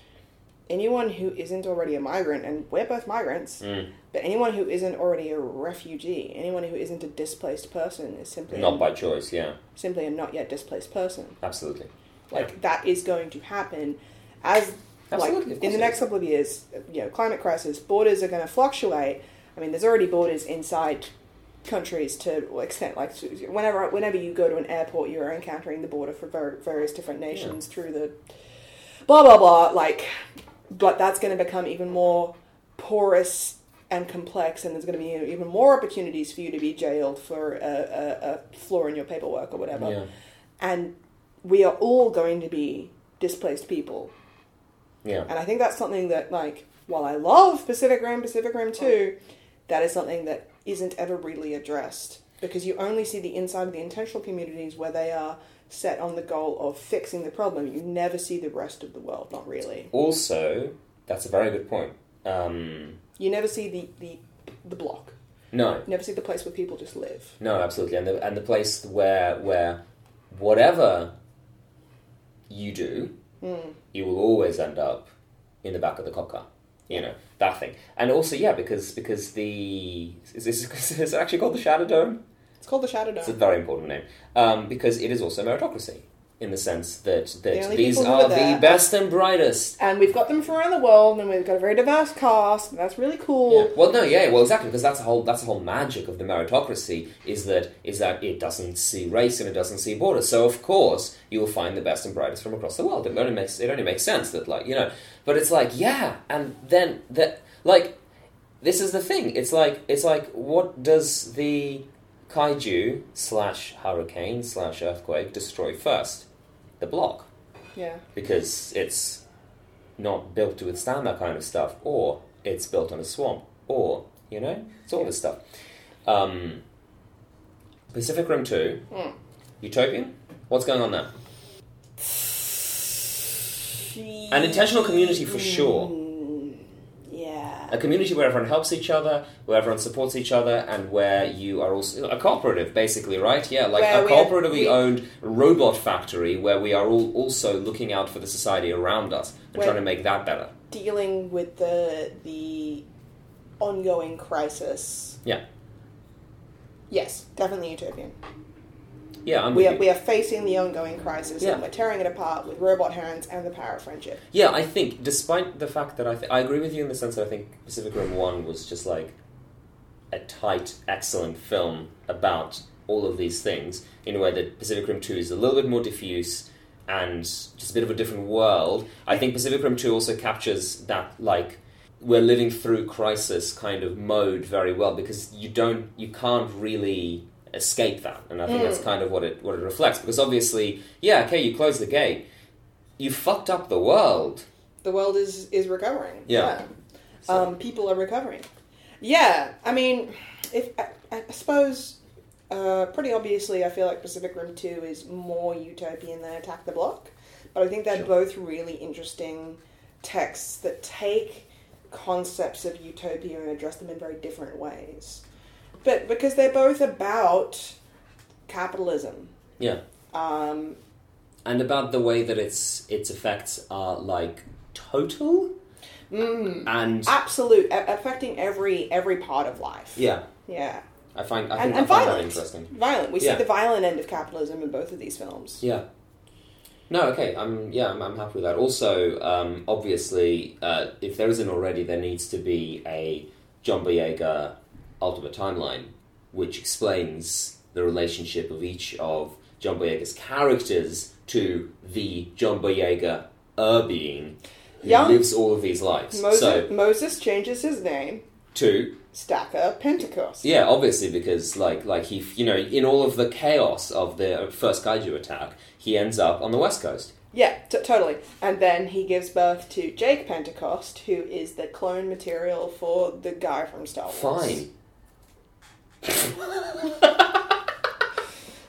Speaker 2: anyone who isn't already a migrant, and we're both migrants,
Speaker 3: Mm.
Speaker 2: but anyone who isn't already a refugee, anyone who isn't a displaced person, is simply
Speaker 3: Not by choice, yeah,
Speaker 2: simply a not yet displaced person.
Speaker 3: absolutely.
Speaker 2: Like that is going to happen as
Speaker 3: Absolutely, of
Speaker 2: like in
Speaker 3: course
Speaker 2: the
Speaker 3: it
Speaker 2: next
Speaker 3: is.
Speaker 2: couple of years. You know, climate crisis, borders are going to fluctuate. I mean, there's already borders inside countries to extent like to- whenever whenever you go to an airport you're encountering the border for ver- various different nations through the blah blah blah like but that's going to become even more porous and complex and there's going to be even more opportunities for you to be jailed for a, a, a flaw in your paperwork or whatever
Speaker 3: Yeah.
Speaker 2: and we are all going to be displaced people
Speaker 3: Yeah.
Speaker 2: and I think that's something that, like, while I love Pacific Rim, Pacific Rim 2, that is something that isn't ever really addressed. Because you only see the inside of the intentional communities where they are set on the goal of fixing the problem. You never see the rest of the world, not really.
Speaker 3: Also, that's a very good point. Um,
Speaker 2: You never see the, the, the block.
Speaker 3: no,
Speaker 2: You never see the place where people just live.
Speaker 3: no, absolutely, and the and the place where where whatever you do,
Speaker 2: Hmm.
Speaker 3: you will always end up in the back of the cop car. You know that thing, and also yeah, because because the is <laughs> this is it actually called the Shadow Dome?
Speaker 2: It's called the Shadow
Speaker 3: It's a
Speaker 2: Dome.
Speaker 3: very important name um, because it is also meritocracy in the sense that
Speaker 2: The
Speaker 3: that
Speaker 2: only
Speaker 3: these
Speaker 2: people who are
Speaker 3: are the
Speaker 2: there-
Speaker 3: best and brightest.
Speaker 2: And we've got them from around the world, and we've got a very diverse cast, and that's really cool.
Speaker 3: Yeah. Well, no, yeah, well, exactly, because that's the whole that's the whole magic of the meritocracy is that is that it doesn't see race and it doesn't see borders. So of course you will find the best and brightest from across the world. It only makes it only makes sense that like you know, but it's like yeah, and then that like this is the thing. It's like it's like what does the kaiju slash hurricane slash earthquake destroy first? The block
Speaker 2: Yeah.
Speaker 3: because it's not built to withstand that kind of stuff, or it's built on a swamp, or you know, it's all this stuff. Um, Pacific Rim Two,
Speaker 2: Hmm.
Speaker 3: Utopian. What's going on there? An intentional community
Speaker 2: Hmm.
Speaker 3: for sure.
Speaker 2: Yeah.
Speaker 3: A community where everyone helps each other, where everyone supports each other, and where you are also a cooperative, basically, right? Yeah, like
Speaker 2: Where
Speaker 3: a
Speaker 2: we are-
Speaker 3: cooperatively
Speaker 2: we-
Speaker 3: owned robot factory where we are all also looking out for the society around us and
Speaker 2: Where-
Speaker 3: trying to make that better.
Speaker 2: dealing with the the ongoing crisis.
Speaker 3: Yeah,
Speaker 2: Yes, definitely utopian.
Speaker 3: yeah, I'm
Speaker 2: We
Speaker 3: with
Speaker 2: are,
Speaker 3: you.
Speaker 2: we are facing the ongoing crisis
Speaker 3: Yeah.
Speaker 2: and we're tearing it apart with robot hands and the power of friendship.
Speaker 3: Yeah, I think, despite the fact that I, th- I agree with you in the sense that I think Pacific Rim 1 was just like a tight, excellent film about all of these things, in a way that Pacific Rim 2 is a little bit more diffuse and just a bit of a different world. I think Pacific Rim 2 also captures that, like, we're living through crisis kind of mode very well because you don't, you can't really escape that. And I think that's kind of what it, what it reflects because obviously, yeah, okay, you close the gate. You fucked up the world.
Speaker 2: The world is is recovering.
Speaker 3: Yeah.
Speaker 2: Um, people are recovering. Yeah, I mean, if I, I suppose uh, pretty obviously, I feel like Pacific Rim Two is more utopian than Attack the Block, but I think they're
Speaker 3: Sure.
Speaker 2: both really interesting texts that take concepts of utopia and address them in very different ways. But because they're both about capitalism,
Speaker 3: Yeah.
Speaker 2: um,
Speaker 3: and about the way that its its effects are like total
Speaker 2: Mm.
Speaker 3: and
Speaker 2: absolute a- affecting every every part of life.
Speaker 3: yeah
Speaker 2: yeah.
Speaker 3: i find i think
Speaker 2: and,
Speaker 3: I
Speaker 2: and
Speaker 3: find
Speaker 2: violent.
Speaker 3: that interesting
Speaker 2: Violent. We
Speaker 3: Yeah.
Speaker 2: see the violent end of capitalism in both of these films.
Speaker 3: yeah no okay i'm yeah i'm, I'm happy with that also um, obviously uh, if there isn't already there needs to be a john boyega ultimate timeline which explains the relationship of each of john boyega's characters to the john boyega er being who
Speaker 2: Yeah.
Speaker 3: lives all of these lives
Speaker 2: Moses,
Speaker 3: so
Speaker 2: Moses changes his name,
Speaker 3: to
Speaker 2: Stacker Pentecost.
Speaker 3: Yeah, obviously, because like like he you know in all of the chaos of the first kaiju attack, he ends up on the west coast.
Speaker 2: Yeah, t- totally. And then he gives birth to Jake Pentecost, who is the clone material for the guy from Star Wars.
Speaker 3: Fine.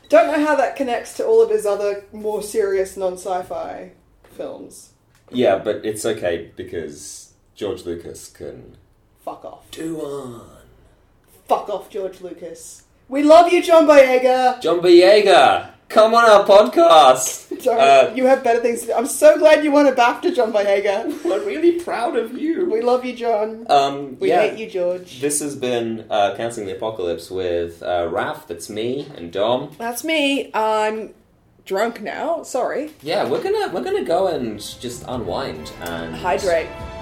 Speaker 2: Don't know how that connects to all of his other more serious non sci fi films.
Speaker 3: Yeah, but it's okay because George Lucas can
Speaker 2: Fuck off.
Speaker 3: do on.
Speaker 2: Fuck off, George Lucas. We love you, John Boyega.
Speaker 3: John Boyega, come on our
Speaker 2: <laughs>
Speaker 3: podcast.
Speaker 2: Sorry,
Speaker 3: Uh,
Speaker 2: you have better things to do. I'm so glad you won it back to John Boyega. <laughs>
Speaker 3: we're really proud of you.
Speaker 2: We love you, John.
Speaker 3: Um,
Speaker 2: We
Speaker 3: yeah.
Speaker 2: hate you, George.
Speaker 3: This has been uh, canceling the apocalypse with uh, Raph. That's me and Dom.
Speaker 2: That's me. I'm drunk now. Sorry.
Speaker 3: Yeah, we're gonna we're gonna go and just unwind and
Speaker 2: Hydrate.